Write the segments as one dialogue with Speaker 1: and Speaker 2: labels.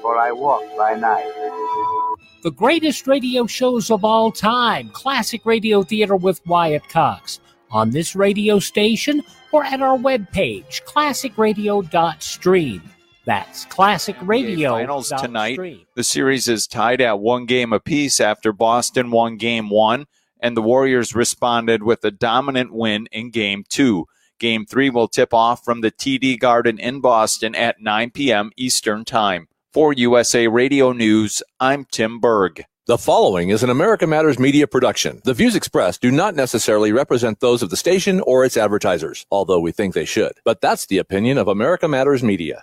Speaker 1: for I walk by night.
Speaker 2: The greatest radio shows of all time, Classic Radio Theater with Wyatt Cox, on this radio station or at our webpage, classicradio.stream. That's Classic Radio.
Speaker 3: Finals
Speaker 2: dot
Speaker 3: tonight.
Speaker 2: stream.
Speaker 3: The series is tied at one game apiece after Boston won game one, and the Warriors responded with a dominant win in game two. Game three will tip off from the TD Garden in Boston at 9 p.m. Eastern Time. For USA Radio News, I'm Tim Berg.
Speaker 4: The following is an America Matters Media production. The views expressed do not necessarily represent those of the station or its advertisers, although we think they should. But that's the opinion of America Matters Media.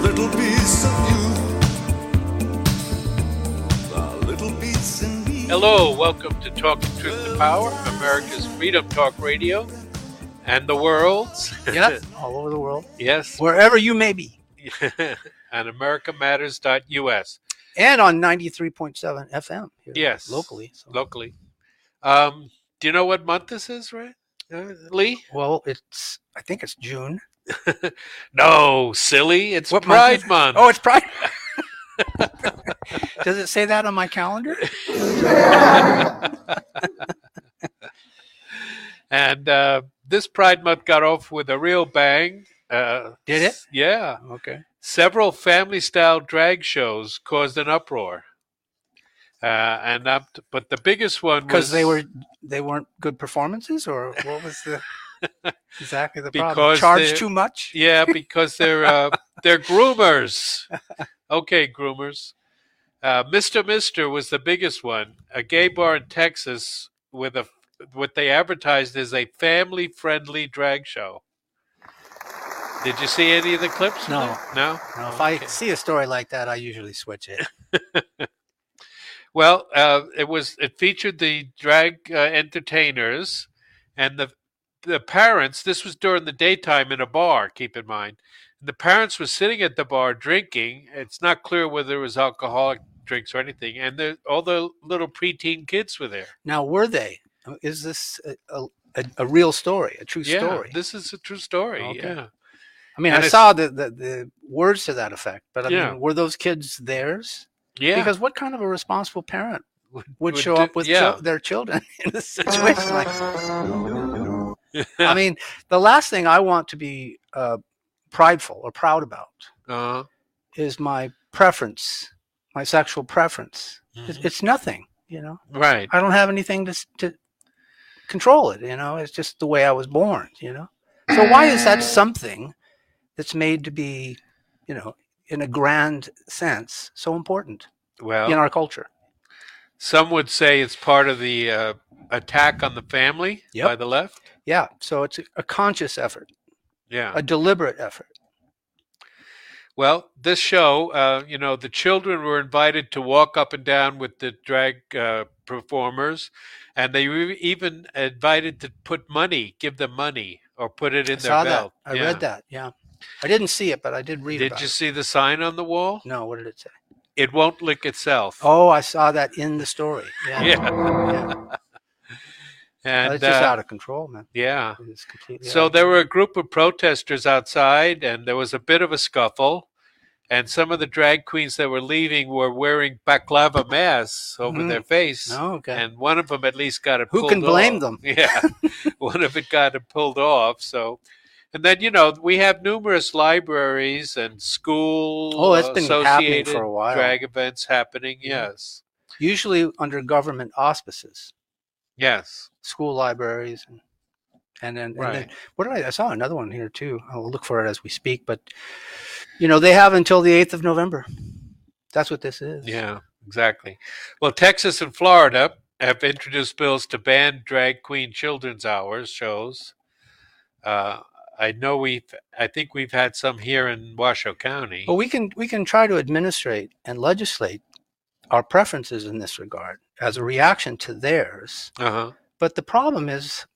Speaker 5: Little piece of you. A little piece in me.
Speaker 6: Hello, welcome to Talking Truth to Power, America's Freedom Talk Radio, and the world's.
Speaker 7: Yep, all over the world,
Speaker 6: yes,
Speaker 7: wherever you may be,
Speaker 6: on AmericaMatters.us.
Speaker 7: and on ninety-three point seven FM. Here
Speaker 6: Yes,
Speaker 7: locally. So.
Speaker 6: Locally. Um, do you know what month this is, right, uh, Lee?
Speaker 7: Well, it's I think it's June.
Speaker 6: no, silly. It's
Speaker 7: What month
Speaker 6: Pride
Speaker 7: is it?
Speaker 6: Month.
Speaker 7: Oh, it's Pride. Does it say that on my calendar?
Speaker 6: And uh, this Pride Month got off with a real bang. Uh,
Speaker 7: Did it?
Speaker 6: Yeah.
Speaker 7: Okay.
Speaker 6: Several family style drag shows caused an uproar. Uh, and up but the biggest one
Speaker 7: Because
Speaker 6: was
Speaker 7: they were they weren't good performances, or what was the exactly the problem?
Speaker 6: Because
Speaker 7: Charged
Speaker 6: they-
Speaker 7: too much.
Speaker 6: yeah because they're uh, they're groomers. Okay, groomers. Uh, Mr. Mister was the biggest one. A gay bar in Texas with a what they advertised as a family friendly drag show. Did you see any of the clips?
Speaker 7: No.
Speaker 6: No.
Speaker 7: Now, if I see a story like that, I usually switch it.
Speaker 6: Well, uh, it was it featured the drag uh, entertainers and the the parents. This was during the daytime in a bar. Keep in mind, the parents were sitting at the bar drinking. It's not clear whether it was alcoholic drinks or anything, and the, all the little preteen kids were there.
Speaker 7: Now, were they? Is this a, a, a, a real story, a true
Speaker 6: yeah,
Speaker 7: story?
Speaker 6: this is a true story.
Speaker 7: Okay.
Speaker 6: Yeah,
Speaker 7: I mean,
Speaker 6: and
Speaker 7: I
Speaker 6: it's-
Speaker 7: saw the, the, the words to that effect, but I
Speaker 6: Yeah.
Speaker 7: mean, were those kids theirs?
Speaker 6: yeah.
Speaker 7: Because what kind of a responsible parent would, would
Speaker 6: would
Speaker 7: show
Speaker 6: do-
Speaker 7: up with
Speaker 6: yeah.
Speaker 7: chil- their children in a situation like I mean, the last thing I want to be uh, prideful or proud about
Speaker 6: uh,
Speaker 7: is my preference, my sexual preference. It's,
Speaker 6: mhm.
Speaker 7: it's nothing, you know?
Speaker 6: right.
Speaker 7: I don't have anything to, s- to control it. You know, it's just the way I was born. You know, so why is that something that's made to be, you know, in a grand sense, so important
Speaker 6: Well,
Speaker 7: in our culture?
Speaker 6: some would say it's part of the uh, attack on the family
Speaker 7: Yep.
Speaker 6: by the left.
Speaker 7: Yeah. So it's a, a conscious effort,
Speaker 6: Yeah.
Speaker 7: a deliberate effort.
Speaker 6: Well, this show, uh, you know, the children were invited to walk up and down with the drag uh, performers, and they were e-, even invited to put money, give them money, or put it in
Speaker 7: I
Speaker 6: their
Speaker 7: saw
Speaker 6: belt.
Speaker 7: that. I
Speaker 6: Yeah.
Speaker 7: read that. Yeah. I didn't see it, but I did read
Speaker 6: Did
Speaker 7: about
Speaker 6: you
Speaker 7: it.
Speaker 6: see the sign on the wall?
Speaker 7: No, what did it say?
Speaker 6: It won't lick itself.
Speaker 7: Oh, I saw that in the story. Yeah.
Speaker 6: yeah.
Speaker 7: yeah.
Speaker 6: And
Speaker 7: it's just
Speaker 6: uh,
Speaker 7: out of control, man.
Speaker 6: yeah.
Speaker 7: It's completely. out
Speaker 6: So
Speaker 7: of
Speaker 6: there
Speaker 7: control.
Speaker 6: were a group of protesters outside, and there was a bit of a scuffle. And some of the drag queens that were leaving were wearing baklava masks over
Speaker 7: Mhm.
Speaker 6: their face.
Speaker 7: Oh, okay.
Speaker 6: and one of them at least got it.
Speaker 7: Who
Speaker 6: pulled
Speaker 7: can blame
Speaker 6: off.
Speaker 7: them?
Speaker 6: Yeah, one of it got it pulled off. So, and then you know we have numerous libraries and school.
Speaker 7: Oh, it's been happening for
Speaker 6: associated
Speaker 7: a while. Mm-hmm.
Speaker 6: Drag events happening. Yes,
Speaker 7: usually under government auspices.
Speaker 6: yes.
Speaker 7: school libraries and and then, and
Speaker 6: Right.
Speaker 7: then what did I, I saw another one here too i'll look for it as we speak but you know they have until the 8th of november that's what this is
Speaker 6: Yeah, exactly. Well, Texas and Florida have introduced bills to ban drag queen children's hours shows. Uh, I know we've. I think we've had some here in Washoe County.
Speaker 7: but we can we can try to administrate and legislate our preferences in this regard as a reaction to theirs
Speaker 6: Uh huh.
Speaker 7: but the problem is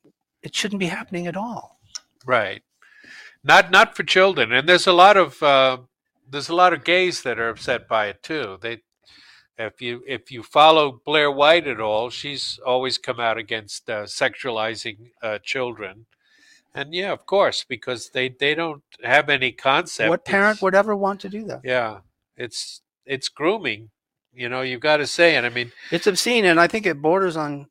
Speaker 7: it shouldn't be happening at all
Speaker 6: Right. Not not for children, and there's a lot of uh, there's a lot of gays that are upset by it too. They if you if you follow Blair White at all, she's always come out against uh, sexualizing uh, children. And yeah, of course, because they, they don't have any concept.
Speaker 7: what parent
Speaker 6: It's-
Speaker 7: would ever want to do that?
Speaker 6: Yeah, it's it's grooming. You know, you've got to say it. I mean,
Speaker 7: It's obscene, and I think it borders on,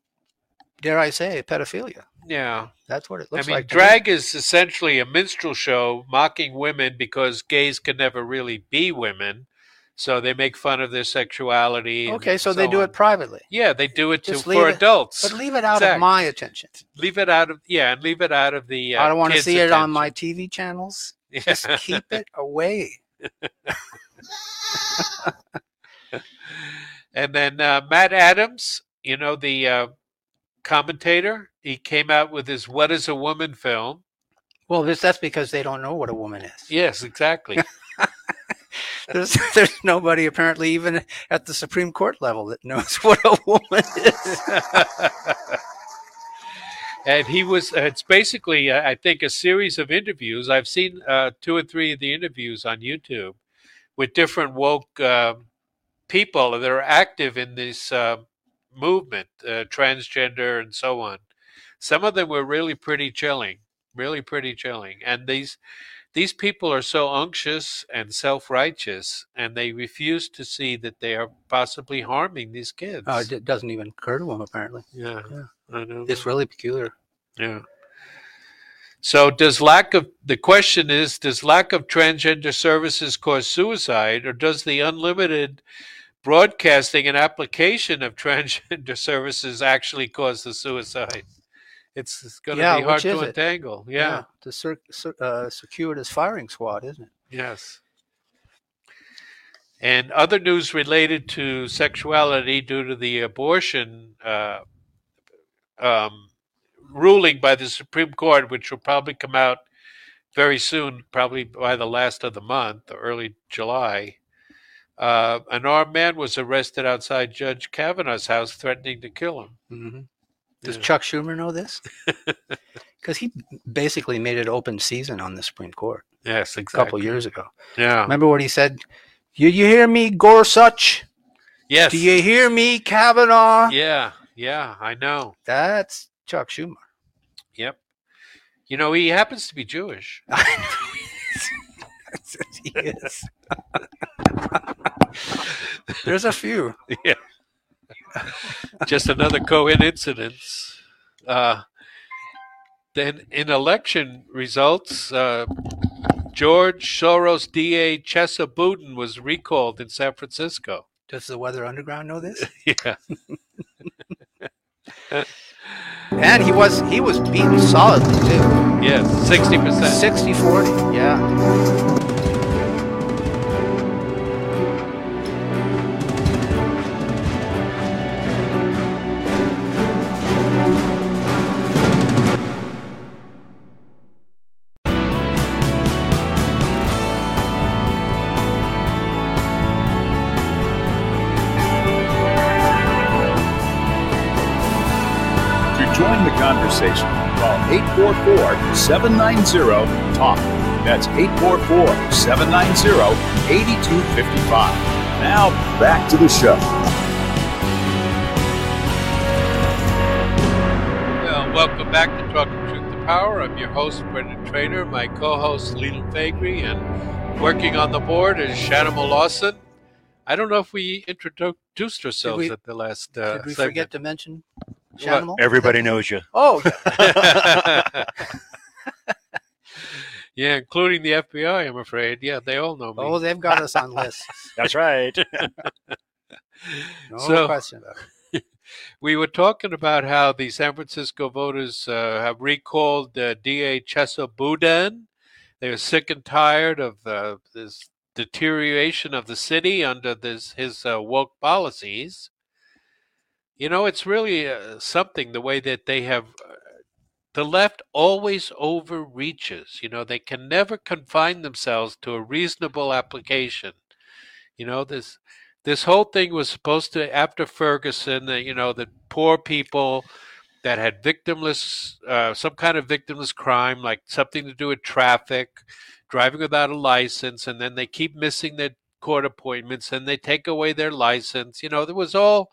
Speaker 7: dare I say, pedophilia.
Speaker 6: yeah.
Speaker 7: That's what it
Speaker 6: I
Speaker 7: looks
Speaker 6: mean,
Speaker 7: like. to me.
Speaker 6: drag is essentially a minstrel show mocking women because gays can never really be women, so they make fun of their sexuality. and
Speaker 7: Okay, so, they do
Speaker 6: on.
Speaker 7: it privately,
Speaker 6: Yeah, they do it to,
Speaker 7: Just
Speaker 6: for
Speaker 7: leave it-
Speaker 6: adults.
Speaker 7: but leave it out
Speaker 6: Exact-
Speaker 7: of my attention.
Speaker 6: leave it out of yeah, and leave it out of the. Uh,
Speaker 7: I don't want to
Speaker 6: kids'
Speaker 7: see it on
Speaker 6: attention.
Speaker 7: my TV channels.
Speaker 6: Yeah.
Speaker 7: Just keep it away.
Speaker 6: and then uh, Matt Adams, you know the uh, commentator, he came out with his "What Is a Woman" film.
Speaker 7: Well, this, that's because they don't know what a woman is.
Speaker 6: Yes, exactly.
Speaker 7: There's, there's nobody apparently even at the Supreme Court level that knows what a woman is.
Speaker 6: and he was it's basically uh, i think a series of interviews i've seen uh, two or three of the interviews on youtube with different woke uh, people that are active in this uh, movement uh, transgender and so on some of them were really pretty chilling really pretty chilling and these these people are so unctuous and self-righteous and they refuse to see that they are possibly harming these kids
Speaker 7: Oh, it doesn't even occur to them apparently.
Speaker 6: yeah,
Speaker 7: Yeah.
Speaker 6: I know.
Speaker 7: It's really peculiar.
Speaker 6: yeah. So does lack of the question is does lack of transgender services cause suicide or does the unlimited broadcasting and application of transgender services actually cause the suicide? It's, it's going to
Speaker 7: Yeah,
Speaker 6: be hard
Speaker 7: which is
Speaker 6: to
Speaker 7: it?
Speaker 6: untangle. Yeah.
Speaker 7: the cir- cir- uh, circuitous firing squad, isn't it?
Speaker 6: Yes. And other news related to sexuality due to the abortion uh, um, ruling by the Supreme Court, which will probably come out very soon, probably by the last of the month, or early July. Uh, an armed man was arrested outside Judge Kavanaugh's house, threatening to kill him.
Speaker 7: Mm-hmm. Does
Speaker 6: Yeah.
Speaker 7: Chuck Schumer know this? Because he basically made it open season on the Supreme Court
Speaker 6: Yes,
Speaker 7: a couple years ago.
Speaker 6: Oh. Yeah.
Speaker 7: Remember what he said? You, you hear me, Gorsuch?
Speaker 6: Yes.
Speaker 7: Do you hear me, Kavanaugh?
Speaker 6: yeah. Yeah. I know.
Speaker 7: That's Chuck Schumer.
Speaker 6: Yep. You know, he happens to be Jewish.
Speaker 7: he is. There's a few.
Speaker 6: yeah. Just another coincidence. Uh, then in election results, uh, George Soros DA Chesabudin was recalled in San Francisco.
Speaker 7: Does the Weather Underground know this?
Speaker 6: Yeah.
Speaker 7: And he was he was beaten solidly too.
Speaker 6: Yes. 60%.
Speaker 7: 60-40. Yeah.
Speaker 1: To join the conversation, call 844 790 TALK. That's 844 790 8255. Now, back to the show.
Speaker 6: Well, welcome back to Talking Truth to Power. I'm your host, Brendan Trainer. My co-host, Leland Fagri, and working on the board is Shanimal Lawson. I don't know if we introduced ourselves
Speaker 7: we-
Speaker 6: at the last uh,
Speaker 7: Did we
Speaker 6: segment.
Speaker 7: forget to mention
Speaker 6: What?
Speaker 7: Shanimal?
Speaker 8: Everybody knows you.
Speaker 7: Oh, yeah.
Speaker 6: yeah, including the FBI, I'm afraid. Yeah, they all know me.
Speaker 7: oh, they've got us on lists.
Speaker 8: That's right.
Speaker 7: No
Speaker 6: So-
Speaker 7: question about it.
Speaker 6: we were talking about how the San Francisco voters uh, have recalled uh, DA Chesa Boudin. They are sick and tired of uh, this deterioration of the city under this his uh, woke policies. You know, it's really uh, something the way that they have. Uh, the left always overreaches. You know, they can never confine themselves to a reasonable application. You know, this this whole thing was supposed to after Ferguson, the, you know, the poor people that had victimless, uh, some kind of victimless crime, like something to do with traffic, driving without a license, and then they keep missing their court appointments, and they take away their license. You know, there was all,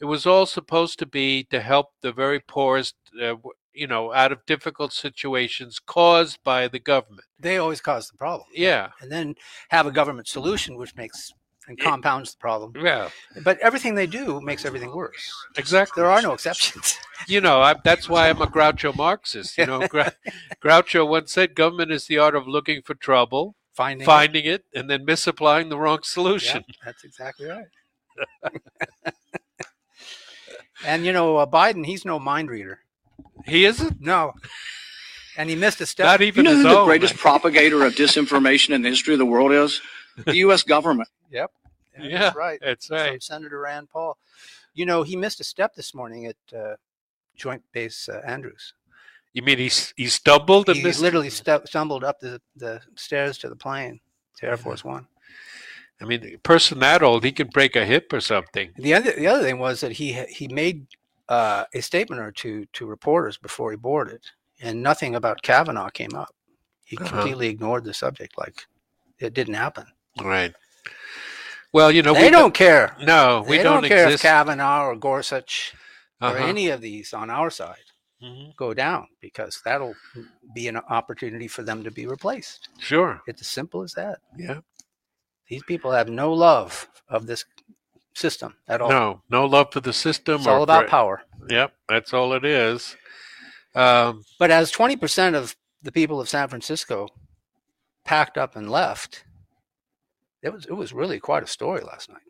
Speaker 6: it was all supposed to be to help the very poorest, uh, w- you know, out of difficult situations caused by the government.
Speaker 7: They always cause the problem.
Speaker 6: Yeah,
Speaker 7: And then have a government solution, which makes and
Speaker 6: It-
Speaker 7: compounds the problem.
Speaker 6: yeah,
Speaker 7: But everything they do makes everything worse.
Speaker 6: exactly.
Speaker 7: There are no exceptions.
Speaker 6: you know, I, that's why I'm a Groucho Marxist. You know, Grou- Groucho once said, "Government is the art of looking for trouble,
Speaker 7: Finding
Speaker 6: finding it, and then misapplying the wrong
Speaker 7: Yeah,
Speaker 6: solution."
Speaker 7: that's exactly right. and you know, uh, Biden, he's no mind reader.
Speaker 6: He isn't
Speaker 7: No. And he missed a step.
Speaker 6: not e-,
Speaker 8: You
Speaker 6: even
Speaker 8: know
Speaker 6: his
Speaker 8: who the
Speaker 6: own,
Speaker 8: greatest
Speaker 6: I-
Speaker 8: propagator of disinformation in the history of the world is? The U.S. government.
Speaker 7: Yep.
Speaker 6: Yeah,
Speaker 7: That's right.
Speaker 6: That's
Speaker 7: From
Speaker 6: right.
Speaker 7: Senator Rand Paul. You know, he missed a step this morning at uh, Joint Base uh, Andrews.
Speaker 6: You mean he s- he stumbled and
Speaker 7: He
Speaker 6: missed?
Speaker 7: literally stu- stumbled up the, the stairs to the plane, to Air Force One.
Speaker 6: I mean, a person that old, he could break a hip or something.
Speaker 7: The other, the other thing was that he ha- he made uh, a statement or two to reporters before he boarded, and nothing about Kavanaugh came up. He
Speaker 6: Uh-huh.
Speaker 7: completely ignored the subject, like it didn't happen.
Speaker 6: Right. Well, you know,
Speaker 7: they
Speaker 6: we
Speaker 7: don't care.
Speaker 6: No, we
Speaker 7: they
Speaker 6: don't,
Speaker 7: don't, care if
Speaker 6: exist.
Speaker 7: Kavanaugh or Gorsuch or
Speaker 6: Uh-huh.
Speaker 7: any of these on our side
Speaker 6: Mhm.
Speaker 7: go down because that'll be an opportunity for them to be replaced.
Speaker 6: Sure.
Speaker 7: It's as simple as that.
Speaker 6: Yeah.
Speaker 7: These people have no love of this system at all.
Speaker 6: No, no love for the system.
Speaker 7: Oh. it's
Speaker 6: or
Speaker 7: all about
Speaker 6: for-
Speaker 7: power.
Speaker 6: Yep, that's all it is. Um,
Speaker 7: But as 20% of the people of San Francisco packed up and left, it was it was really quite a story last night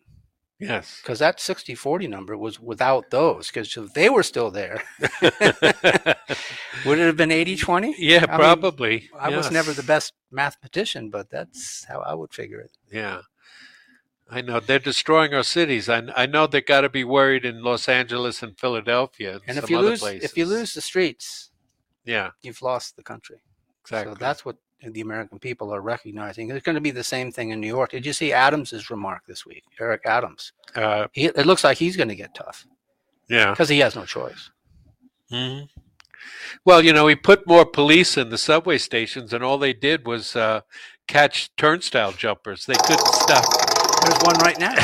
Speaker 6: yes.
Speaker 7: because that 60-40 number was without those because if they were still there, would it have been 80-20?
Speaker 6: Yeah,
Speaker 7: I mean,
Speaker 6: probably.
Speaker 7: I was
Speaker 6: yes.
Speaker 7: never the best mathematician, but that's how I would figure it.
Speaker 6: Yeah. I know they're destroying our cities. I, I know they got to be worried in Los Angeles and Philadelphia and,
Speaker 7: And
Speaker 6: some
Speaker 7: if you
Speaker 6: other
Speaker 7: lose
Speaker 6: places.
Speaker 7: if you lose the streets,
Speaker 6: yeah,
Speaker 7: you've lost the country.
Speaker 6: exactly.
Speaker 7: So that's what the American people are recognizing. It's going to be the same thing in New York. Did you see Adams's remark this week? Eric Adams.
Speaker 6: uh,
Speaker 7: he, it looks like he's going to get tough
Speaker 6: yeah.
Speaker 7: because he has no choice. Mm-hmm.
Speaker 6: hmm Well, you know, we put more police in the subway stations, and all they did was uh, catch turnstile jumpers. They couldn't stop.
Speaker 7: There's one right now.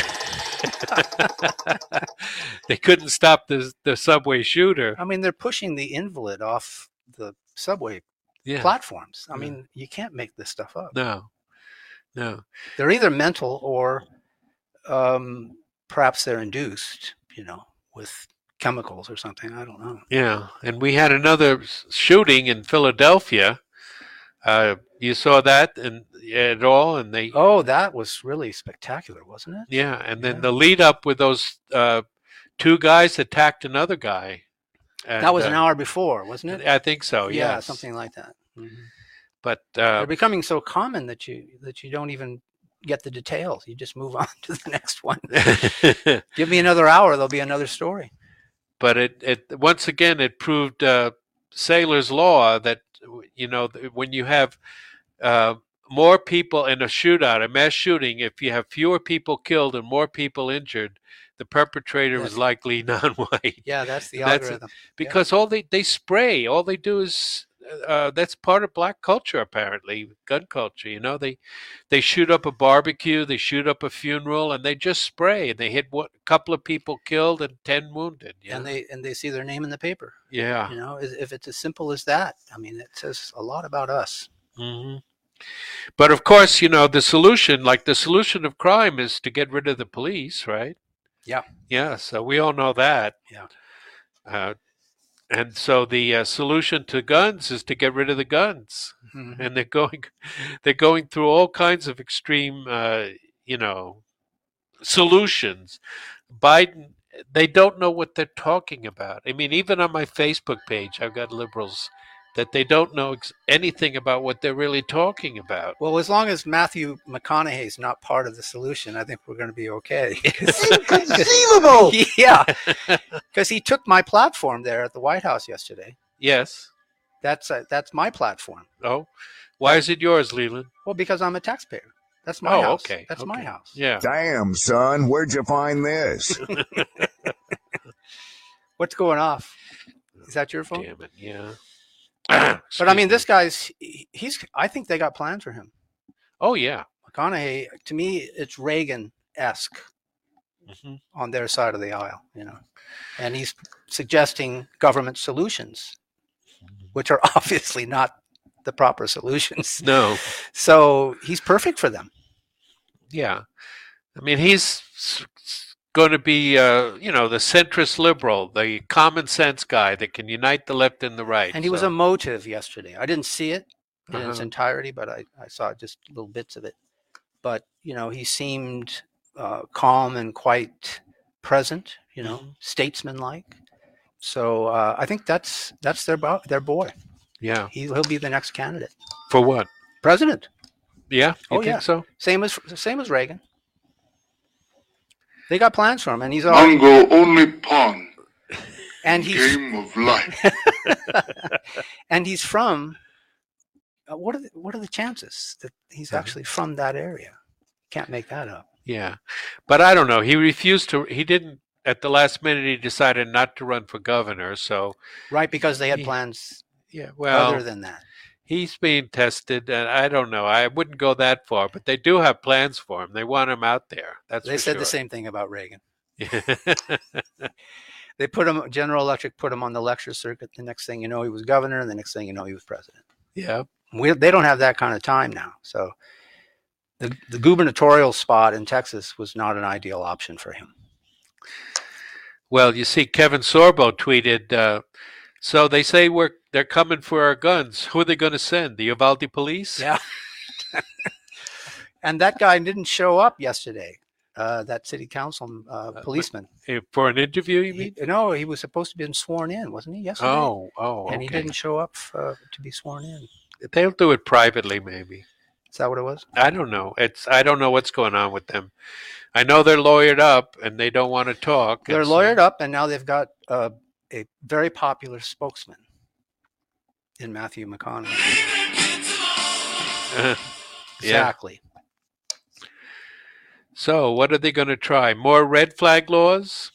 Speaker 6: they couldn't stop the the subway shooter.
Speaker 7: I mean, they're pushing the invalid off the subway
Speaker 6: Yeah.
Speaker 7: platforms. I
Speaker 6: Yeah.
Speaker 7: mean, you can't make this stuff up.
Speaker 6: No. No.
Speaker 7: They're either mental or um, perhaps they're induced, you know, with chemicals or something. I don't know.
Speaker 6: Yeah, and we had another s- shooting in Philadelphia. Uh, you saw that and at all, and they
Speaker 7: Oh, that was really spectacular, wasn't it?
Speaker 6: yeah, and then
Speaker 7: Yeah.
Speaker 6: the lead up with those uh, two guys attacked another guy.
Speaker 7: that was
Speaker 6: an
Speaker 7: an hour before, wasn't it?
Speaker 6: I think so.
Speaker 7: yeah,
Speaker 6: Oh, yes.
Speaker 7: something like that. Mhm.
Speaker 6: But
Speaker 7: they're
Speaker 6: uh,
Speaker 7: becoming so common that you that you don't even get the details. You just move on to the next one.
Speaker 6: uh,
Speaker 7: Give me another hour, there'll be another story.
Speaker 6: but it, it once again it proved uh, Sailor's law that you know th- when you have uh, more people in a shootout, a mass shooting, if you have fewer people killed and more people injured, the perpetrator is
Speaker 7: Yes.
Speaker 6: likely non-white
Speaker 7: Yeah, that's the
Speaker 6: That's it.
Speaker 7: algorithm.
Speaker 6: because all they they spray, all they do is. Uh, that's part of black culture, apparently, gun culture. You know, they they shoot up a barbecue, they shoot up a funeral, and they just spray. And they hit one, a couple of people killed and ten wounded. You
Speaker 7: And
Speaker 6: know?
Speaker 7: they and they see their name in the paper.
Speaker 6: yeah,
Speaker 7: You know, is- if it's as simple as that, I mean, it says a lot about us.
Speaker 6: hmm But of course, you know, the solution, like the solution of crime, is to get rid of the police, right?
Speaker 7: Yeah.
Speaker 6: Yeah. So we all know that.
Speaker 7: Yeah.
Speaker 6: Uh, and so the uh, solution to guns is to get rid of the guns, and they're going, they're going through all kinds of extreme, uh, you know, solutions. Biden, they don't know what they're talking about. I mean, even on my Facebook page, I've got liberals that they don't know ex- anything about what they're really talking about.
Speaker 7: Well, as long as Matthew McConaughey's not part of the solution, I think we're going to be okay.
Speaker 9: Inconceivable!
Speaker 7: yeah, because he took my platform there at the White House yesterday.
Speaker 6: Yes.
Speaker 7: That's uh that's my platform.
Speaker 6: Oh, why is it yours, Leland?
Speaker 7: Well, because I'm a taxpayer. That's my
Speaker 6: oh,
Speaker 7: house.
Speaker 6: okay.
Speaker 7: That's my
Speaker 6: okay.
Speaker 7: house.
Speaker 6: Yeah.
Speaker 9: Damn, son, where'd you find this?
Speaker 7: What's going off? Is that your phone?
Speaker 6: Damn it. Yeah.
Speaker 7: But I mean, this guy's, he- he's, I think they got plans for him.
Speaker 6: Oh yeah.
Speaker 7: McConaughey, to me, it's Reagan esque
Speaker 6: Mhm.
Speaker 7: on their side of the aisle, you know. And he's suggesting government solutions, which are obviously not the proper solutions.
Speaker 6: No.
Speaker 7: So he's perfect for them.
Speaker 6: Yeah. I mean, he's going to be, uh, you know, the centrist liberal, the common sense guy that can unite the left and the right.
Speaker 7: And he was
Speaker 6: so-
Speaker 7: emotive yesterday. I didn't see it in its
Speaker 6: Uh-huh.
Speaker 7: entirety, but I, I saw just little bits of it. But, you know, he seemed uh, calm and quite present, you know, statesman like. So uh, I think that's that's their bo- their boy.
Speaker 6: yeah.
Speaker 7: He, he'll be the next candidate,
Speaker 6: For what?
Speaker 7: president.
Speaker 6: Yeah. You
Speaker 7: Oh,
Speaker 6: think
Speaker 7: yeah.
Speaker 6: so?
Speaker 7: Same as same as Reagan. They got plans for him, and he's all
Speaker 10: Mongo only pawn.
Speaker 7: and he's
Speaker 10: Game of life.
Speaker 7: and he's from. uh, What are the, what are the chances that he's actually from that area? Can't make that up.
Speaker 6: Yeah. But I don't know. He refused to, he didn't, at the last minute, he decided not to run for governor. So,
Speaker 7: Right, because they had
Speaker 6: Yeah.
Speaker 7: plans
Speaker 6: yeah, well,
Speaker 7: other than that.
Speaker 6: he's being tested, and I don't know. I wouldn't go that far, but they do have plans for him. They want him out there. That's
Speaker 7: They
Speaker 6: for
Speaker 7: said
Speaker 6: sure.
Speaker 7: the same thing about Reagan.
Speaker 6: Yeah.
Speaker 7: They put him General Electric put him on the lecture circuit. The next thing you know, he was governor, and the next thing you know, he was president.
Speaker 6: yeah.
Speaker 7: we, they don't have that kind of time now. So the, the gubernatorial spot in Texas was not an ideal option for him.
Speaker 6: Well, you see, Kevin Sorbo tweeted. Uh, so they say we're they're coming for our guns. Who are they going to send? The Uvalde police?
Speaker 7: Yeah. And that guy didn't show up yesterday. Uh, that city council uh,
Speaker 6: but-
Speaker 7: policeman.
Speaker 6: Eh, For an interview, you mean?
Speaker 7: He, no, he was supposed to be sworn in, wasn't he? Yesterday.
Speaker 6: Oh, oh,
Speaker 7: and he
Speaker 6: okay.
Speaker 7: didn't show up uh, to be sworn in.
Speaker 6: They'll do it privately, maybe.
Speaker 7: Is that what it was?
Speaker 6: I don't know. It's I don't know what's going on with them. I know they're lawyered up and they don't want to talk.
Speaker 7: They're
Speaker 6: and so-
Speaker 7: lawyered up, and now they've got uh, a very popular spokesman in Matthew McConaughey.
Speaker 6: Yeah.
Speaker 7: Exactly.
Speaker 6: So what are they going to try? More red flag laws?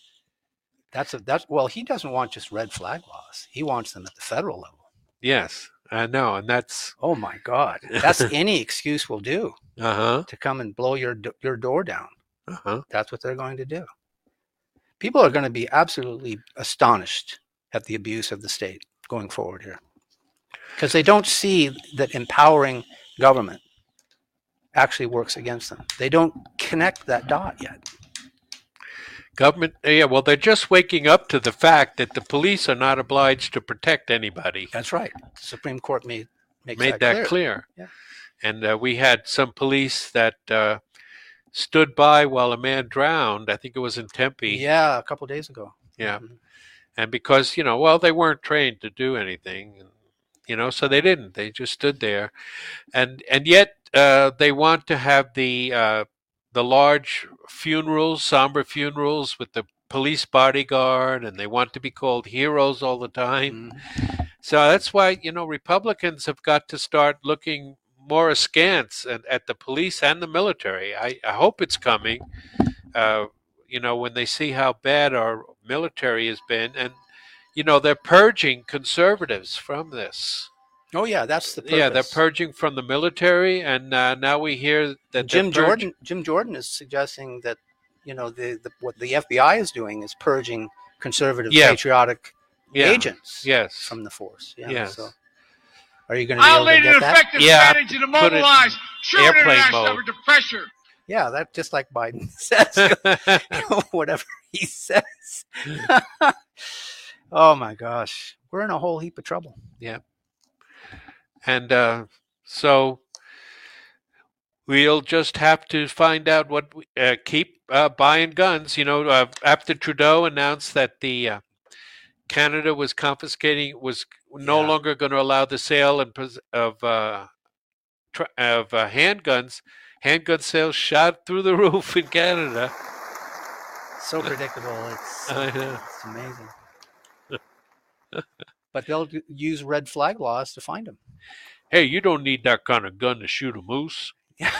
Speaker 7: That's a that's well, he doesn't want just red flag laws. He wants them at the federal level.
Speaker 6: Yes, I know, and that's
Speaker 7: Oh my God, that's any excuse will do
Speaker 6: uh huh,
Speaker 7: to come and blow your do- your door down.
Speaker 6: uh huh.
Speaker 7: That's what they're going to do. People are going to be absolutely astonished at the abuse of the state going forward here, because they don't see that empowering government actually works against them. They don't connect that dot yet.
Speaker 6: Government, uh, yeah, well, they're just waking up to the fact that the police are not obliged to protect anybody.
Speaker 7: That's right. The Supreme Court made makes
Speaker 6: Made that, clear.
Speaker 7: Yeah.
Speaker 6: And uh, we had some police that uh, stood by while a man drowned. I think it was in Tempe.
Speaker 7: Yeah, a couple days ago.
Speaker 6: Yeah.
Speaker 7: Mhm.
Speaker 6: And because, you know, well, they weren't trained to do anything, and, you know, so they didn't. They just stood there. And and yet uh, they want to have the uh, the large funerals, somber funerals with the police bodyguard and they want to be called heroes all the time.
Speaker 7: Mm-hmm.
Speaker 6: So that's why, you know, Republicans have got to start looking more askance at, at the police and the military. I, I hope it's coming, uh, you know, when they see how bad our military has been. And, you know, they're purging conservatives from this.
Speaker 7: Oh yeah, that's the purpose.
Speaker 6: Yeah, they're purging from the military. And uh, now we hear that they're
Speaker 7: Jim
Speaker 6: purging-
Speaker 7: Jordan. Jim Jordan is suggesting that you know the, the what the FBI is doing is purging conservative
Speaker 6: Yeah.
Speaker 7: patriotic
Speaker 6: yeah,
Speaker 7: agents
Speaker 6: Yes.
Speaker 7: from the force. Yeah.
Speaker 6: Yes.
Speaker 7: So are you going to be able to get that?
Speaker 6: yeah, put it in airplane mode.
Speaker 7: Yeah, that just like Biden says, whatever he says. oh my gosh, we're in a whole heap of trouble.
Speaker 6: And uh, so we'll just have to find out what we, uh, keep uh, buying guns. You know, uh, after Trudeau announced that the uh, Canada was confiscating was no
Speaker 7: Yeah.
Speaker 6: longer going to allow the sale and pos- of uh, tr- of uh, handguns. Handgun sales shot through the roof in Canada.
Speaker 7: So predictable. It's
Speaker 6: I know.
Speaker 7: it's amazing. But they'll d- use red flag laws to find them.
Speaker 6: Hey, you don't need that kind of gun to shoot a moose.
Speaker 7: Yeah.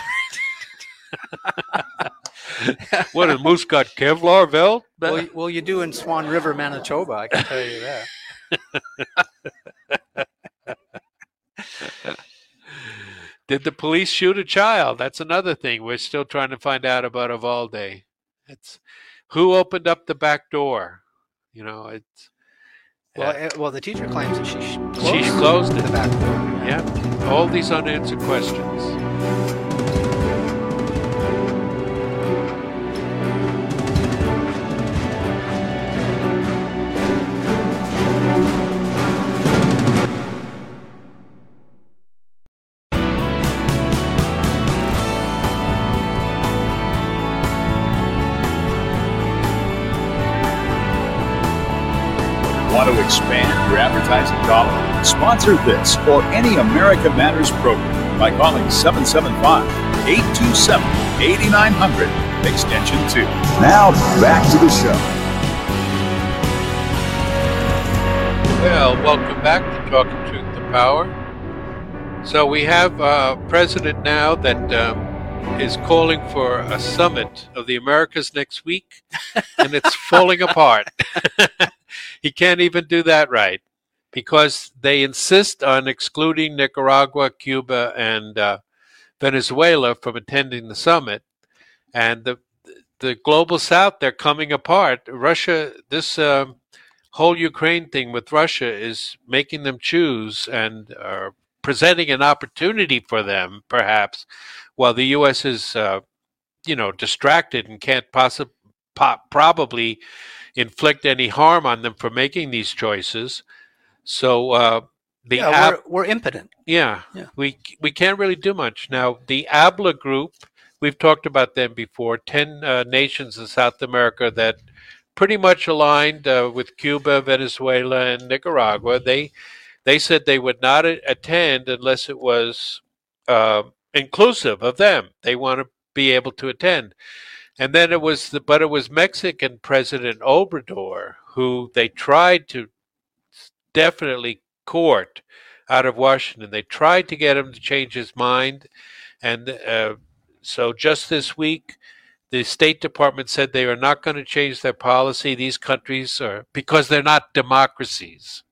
Speaker 6: What a moose got Kevlar belt?
Speaker 7: Well, y- well, you do in Swan River, Manitoba. I can tell you that.
Speaker 6: Did the police shoot a child? That's another thing we're still trying to find out about Evalde. It's who opened up the back door. You know, it's uh,
Speaker 7: Well, eh, well, the teacher claims that she sh-
Speaker 6: she closed it.
Speaker 7: the back door.
Speaker 6: Yeah, all these unanswered questions.
Speaker 1: Want to expand your advertising dollar? Sponsor this or any America Matters program by calling 775 827 8900, extension 2. Now, back to the show.
Speaker 6: Well, welcome back to Talking Truth to Power. So we have a president now that um, is calling for a summit of the Americas next week, and it's falling apart. he can't even do that right because they insist on excluding Nicaragua, Cuba, and uh, Venezuela from attending the summit, and the the global South they're coming apart. Russia, this. Um, whole Ukraine thing with Russia is making them choose and uh, presenting an opportunity for them, perhaps, while the U.S. is, uh, you know, distracted and can't possibly probably inflict any harm on them for making these choices. So uh, the
Speaker 7: Yeah,
Speaker 6: app-
Speaker 7: we're, we're impotent.
Speaker 6: yeah,
Speaker 7: Yeah.
Speaker 6: we we can't really do much now. The ABLA group, we've talked about them before. Ten uh, nations in South America that pretty much aligned uh, with Cuba, Venezuela, and Nicaragua. They they said they would not a- attend unless it was uh, inclusive of them. They want to be able to attend. And then it was the but it was Mexican President Obrador who they tried to definitely court out of Washington. They tried to get him to change his mind, and uh, so just this week, the State Department said they are not going to change their policy. These countries are because they're not democracies.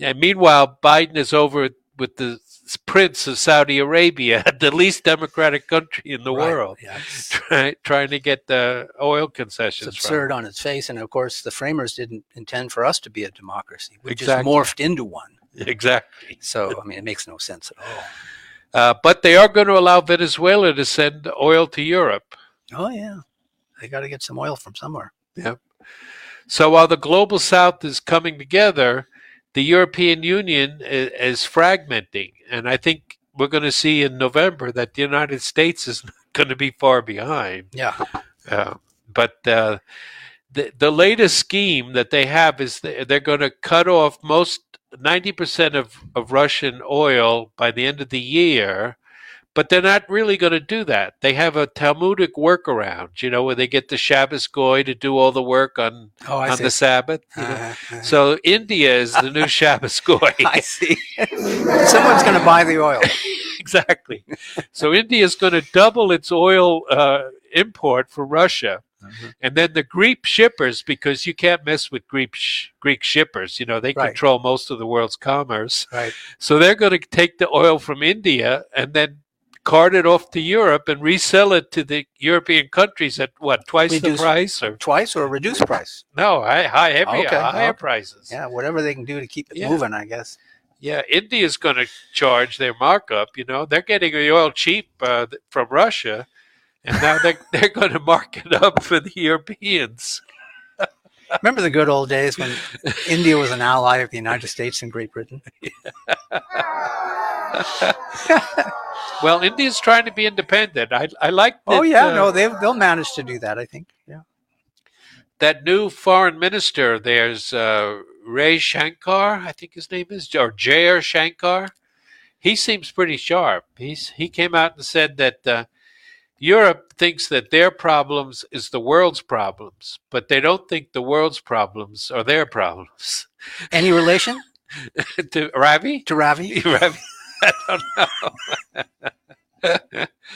Speaker 6: And meanwhile, Biden is over with the Prince of Saudi Arabia, the least democratic country in the
Speaker 7: Right.
Speaker 6: world,
Speaker 7: Yeah, it's,
Speaker 6: try, trying to get the oil
Speaker 7: it's
Speaker 6: concessions. from
Speaker 7: absurd on its face, and of course, the framers didn't intend for us to be a democracy. We just
Speaker 6: Exactly.
Speaker 7: morphed into one.
Speaker 6: him. Exactly.
Speaker 7: So, I mean, it makes no sense at all.
Speaker 6: Uh, but they are going to allow Venezuela to send oil to Europe.
Speaker 7: Oh yeah, they got to get some oil from somewhere.
Speaker 6: So while the global south is coming together, the European Union is, is fragmenting. And I think we're going to see in November that the United States is not going to be far behind.
Speaker 7: Yeah,
Speaker 6: Uh, but uh, the, the latest scheme that they have is th- they're going to cut off most 90% of, of Russian oil by the end of the year. But they're not really going to do that. They have a Talmudic workaround, you know, where they get the Shabbos goy to do all the work on
Speaker 7: oh I
Speaker 6: on
Speaker 7: see.
Speaker 6: the Sabbath. you know.
Speaker 7: Uh-huh, uh-huh.
Speaker 6: So India is the new Shabbos goy.
Speaker 7: I see. Someone's going to buy the oil.
Speaker 6: exactly. So India is going to double its oil uh, import from Russia,
Speaker 7: Mm-hmm.
Speaker 6: and then the Greek shippers, because you can't mess with Greek sh- Greek shippers. You know they
Speaker 7: Right.
Speaker 6: control most of the world's commerce.
Speaker 7: Right.
Speaker 6: So they're going to take the oil from India and then cart it off to Europe and resell it to the European countries at what twice
Speaker 7: Reduce-
Speaker 6: the price or
Speaker 7: Twice or reduce price.
Speaker 6: no high, high heavy,
Speaker 7: Okay,
Speaker 6: higher
Speaker 7: okay.
Speaker 6: prices.
Speaker 7: Yeah, whatever they can do to keep it
Speaker 6: Yeah.
Speaker 7: moving, I guess.
Speaker 6: Yeah, India's going to charge their markup. You know, they're getting the oil cheap uh, th- from Russia, and now they're they're going to mark it up for the Europeans.
Speaker 7: Remember the good old days when India was an ally of the United States and Great Britain?
Speaker 6: Well, India's trying to be independent. I I like. That,
Speaker 7: Oh yeah,
Speaker 6: uh,
Speaker 7: no, they they'll manage to do that, I think. Yeah.
Speaker 6: that new foreign minister. of theirs, uh, Ray Shankar, I think his name is, or Jair Shankar. He seems pretty sharp. He's he came out and said that uh, Europe thinks that their problems is the world's problems, but they don't think the world's problems are their problems.
Speaker 7: Any relation
Speaker 6: to Ravi,
Speaker 7: to Ravi?
Speaker 6: Ravi, I don't know.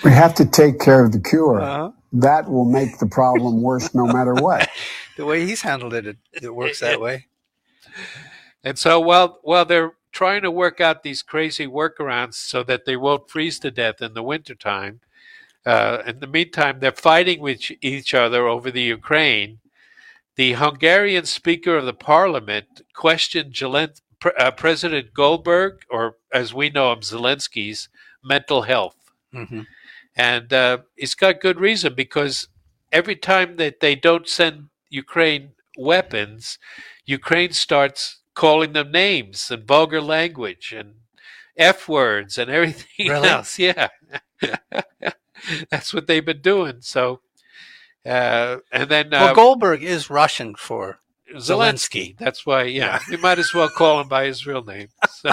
Speaker 11: We have to take care of the cure.
Speaker 7: Uh-huh.
Speaker 11: That will make the problem worse no matter what.
Speaker 7: The way he's handled it, it, it works that way.
Speaker 6: And so while while they're trying to work out these crazy workarounds so that they won't freeze to death in the wintertime, uh, in the meantime, they're fighting with each- each other over the Ukraine. The Hungarian Speaker of the Parliament questioned Jelen- Pre- uh, President Goldberg, or as we know him, Zelensky's mental health.
Speaker 7: Mm-hmm.
Speaker 6: And uh, it's got good reason because every time that they don't send Ukraine weapons, Ukraine starts calling them names and vulgar language and F words and everything
Speaker 7: Really?
Speaker 6: else. Yeah. That's what they've been doing. So, uh, and then uh,
Speaker 7: well, Goldberg is Russian for
Speaker 6: Zelensky. That's why, yeah, you might as well call him by his real name. So,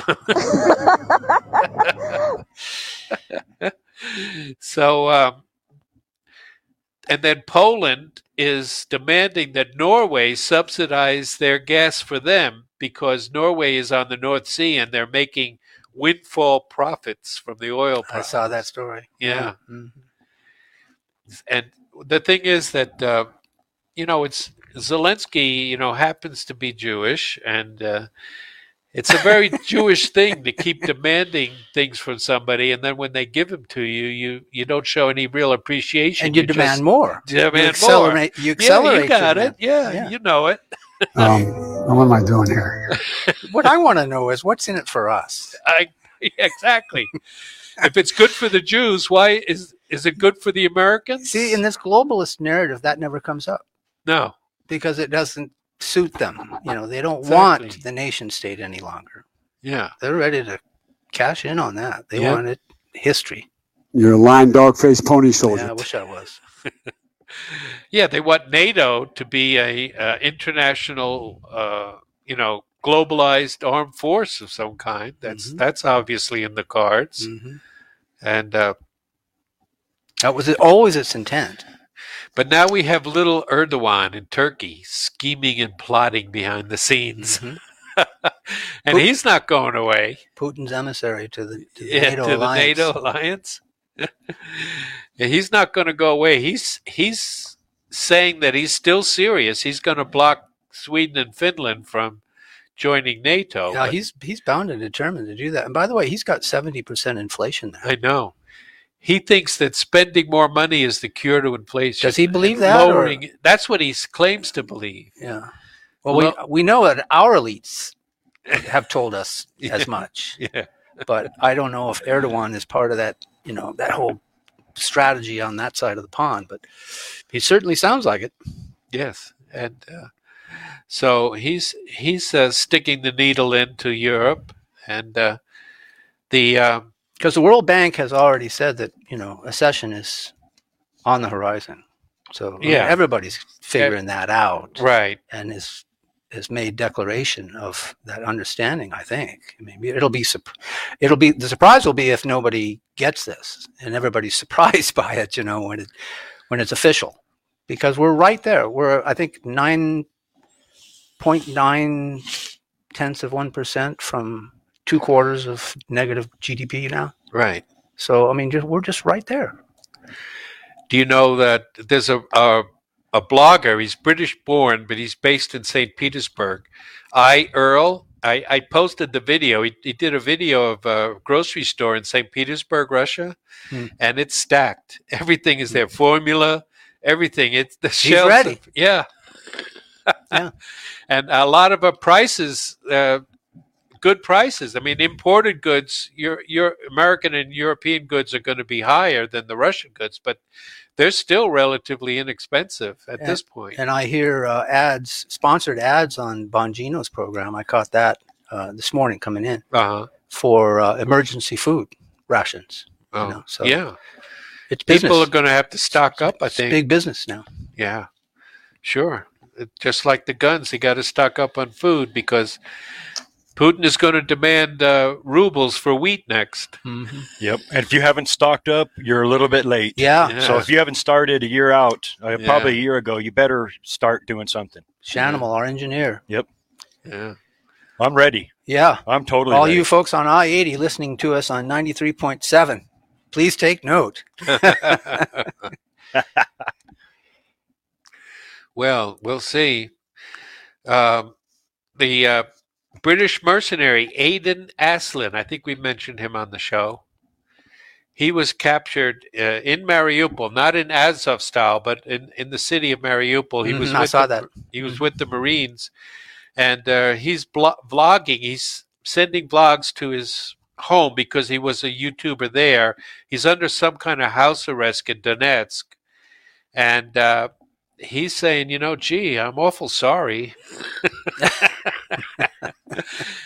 Speaker 6: So, um, and then Poland is demanding that Norway subsidize their gas for them because Norway is on the North Sea and they're making windfall profits from the oil.
Speaker 7: I
Speaker 6: Profits.
Speaker 7: saw that story.
Speaker 6: Yeah
Speaker 7: Mhm.
Speaker 6: and the thing is that uh, you know it's Zelensky you know happens to be Jewish and uh, it's a very Jewish thing to keep demanding things from somebody and then when they give them to you you you don't show any real appreciation
Speaker 7: And you, demand
Speaker 6: just
Speaker 7: more.
Speaker 6: demand
Speaker 7: you accelerate,
Speaker 6: more
Speaker 7: You accelerate.
Speaker 6: yeah, you got
Speaker 7: your
Speaker 6: it yeah,
Speaker 7: Yeah.
Speaker 6: you know it
Speaker 11: Um, what am I doing here?
Speaker 7: demand. what I want to know is what's in it for us.
Speaker 6: I, exactly if it's good for the Jews why is is it good for the Americans
Speaker 7: See, in this globalist narrative, that never comes up
Speaker 6: no
Speaker 7: because it doesn't suit them. You know, they don't
Speaker 6: Exactly.
Speaker 7: want the nation state any longer.
Speaker 6: yeah
Speaker 7: They're ready to cash in on that. They
Speaker 6: Yeah.
Speaker 7: want it history.
Speaker 11: You're a lying dog faced pony soldier.
Speaker 7: Yeah, I wish I was.
Speaker 6: Yeah, they want NATO to be a uh, international, uh, you know, globalized armed force of some kind. That's
Speaker 7: Mhm.
Speaker 6: that's obviously in the cards,
Speaker 7: Mhm.
Speaker 6: and uh,
Speaker 7: That was it- always its intent.
Speaker 6: but now we have little Erdogan in Turkey scheming and plotting behind the scenes,
Speaker 7: Mhm.
Speaker 6: and he's not going away
Speaker 7: Putin's emissary to the, to the
Speaker 6: Yeah,
Speaker 7: NATO
Speaker 6: to
Speaker 7: alliance.
Speaker 6: the NATO alliance. Yeah, he's not going to go away. He's he's saying that he's still serious. He's going to block Sweden and Finland from joining NATO.
Speaker 7: Now
Speaker 6: but-
Speaker 7: he's he's bound and determined to do that. And by the way, he's got seventy percent inflation now.
Speaker 6: I know. He thinks that spending more money is the cure to inflation.
Speaker 7: Does he
Speaker 6: and
Speaker 7: believe that, or-
Speaker 6: Lowering, that's what he s- claims to believe.
Speaker 7: Yeah. Well, we we know that our elites have told us as much,
Speaker 6: Yeah.
Speaker 7: but I don't know if Erdogan is part of that. You know that whole strategy on that side of the pond, but he certainly sounds like it.
Speaker 6: Yes. And uh, so he's he's uh, sticking the needle into Europe, and uh, the uh,
Speaker 7: Because the World Bank has already said that you know a session is on the horizon, so I mean,
Speaker 6: Yeah.
Speaker 7: everybody's figuring that out.
Speaker 6: right.
Speaker 7: and is has made declaration of that understanding. I think. I mean, it'll be sup- it'll be the surprise will be if nobody gets this and everybody's surprised by it. You know, when it when it's official, because we're right there. We're I think nine point nine tenths of one percent from two quarters of negative GDP now.
Speaker 6: Right.
Speaker 7: So I mean, just, we're just right there.
Speaker 6: Do you know that there's a a, a blogger? He's British born, but he's based in St. Petersburg. I Earl. I, I posted the video. He, he did a video of a grocery store in St. Petersburg, Russia,
Speaker 7: Hmm.
Speaker 6: and it's stacked. Everything is there. Formula, everything. It's the
Speaker 7: He's
Speaker 6: shelves.
Speaker 7: ready.
Speaker 6: are- yeah.
Speaker 7: Yeah.
Speaker 6: And a lot of uh, prices, uh, good prices. I mean, imported goods, your your American and European goods are going to be higher than the Russian goods, but they're still relatively inexpensive at
Speaker 7: Yeah.
Speaker 6: this point.
Speaker 7: And I hear uh, ads, sponsored ads on Bongino's program. I caught that uh, this morning coming in.
Speaker 6: Uh-huh.
Speaker 7: for uh, emergency food rations.
Speaker 6: Oh,
Speaker 7: know, so
Speaker 6: yeah.
Speaker 7: It's business.
Speaker 6: People are going to have to stock up, I
Speaker 7: It's
Speaker 6: think.
Speaker 7: big business now.
Speaker 6: Yeah, sure. It- Just like the guns, they got to stock up on food because Putin is going to demand uh, rubles for wheat next.
Speaker 12: Yep. And if you haven't stocked up, you're a little bit late.
Speaker 7: Yeah.
Speaker 6: Yeah.
Speaker 12: So if you haven't started a year out, uh,
Speaker 6: Yeah.
Speaker 12: probably a year ago, you better start doing something.
Speaker 7: Shanimal, our engineer.
Speaker 6: Yeah.
Speaker 12: I'm ready.
Speaker 7: Yeah.
Speaker 12: I'm totally
Speaker 7: All
Speaker 12: ready.
Speaker 7: you folks on I 80 listening to us on 93.7, please take note.
Speaker 6: well, we'll see. Um, the uh, British mercenary Aidan Aslin. I think we mentioned him on the show. He was captured uh, in Mariupol, not in Azov style, but in, in the city of Mariupol. He was.
Speaker 7: Mhm, I
Speaker 6: with
Speaker 7: saw
Speaker 6: the-
Speaker 7: that.
Speaker 6: He was with the Marines, and uh, he's blo- vlogging. He's sending vlogs to his home because he was a YouTuber there. He's under some kind of house arrest in Donetsk, and uh, he's saying, you know, gee, I'm awful sorry.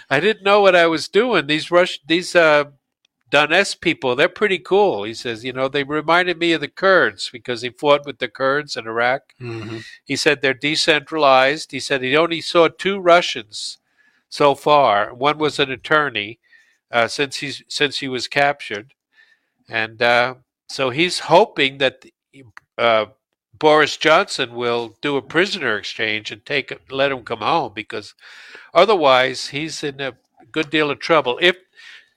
Speaker 6: I didn't know what I was doing. These Rush, these uh, Donetsk people, they're pretty cool. He says, you know, they reminded me of the Kurds because he fought with the Kurds in Iraq.
Speaker 7: Mm-hmm.
Speaker 6: He said they're decentralized. He said he only saw two Russians so far. One was an attorney uh, since he's since he was captured, and uh, so he's hoping that uh, Boris Johnson will do a prisoner exchange and take let him come home because otherwise he's in a good deal of trouble. If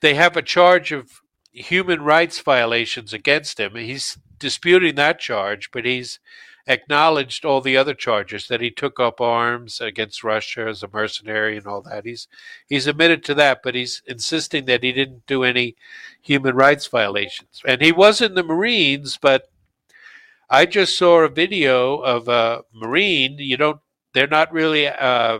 Speaker 6: they have a charge of human rights violations against him, he's disputing that charge, but he's acknowledged all the other charges that he took up arms against Russia as a mercenary and all that. He's he's admitted to that, but he's insisting that he didn't do any human rights violations. And he was in the Marines, but I just saw a video of a Marine. You don't. They're not really uh,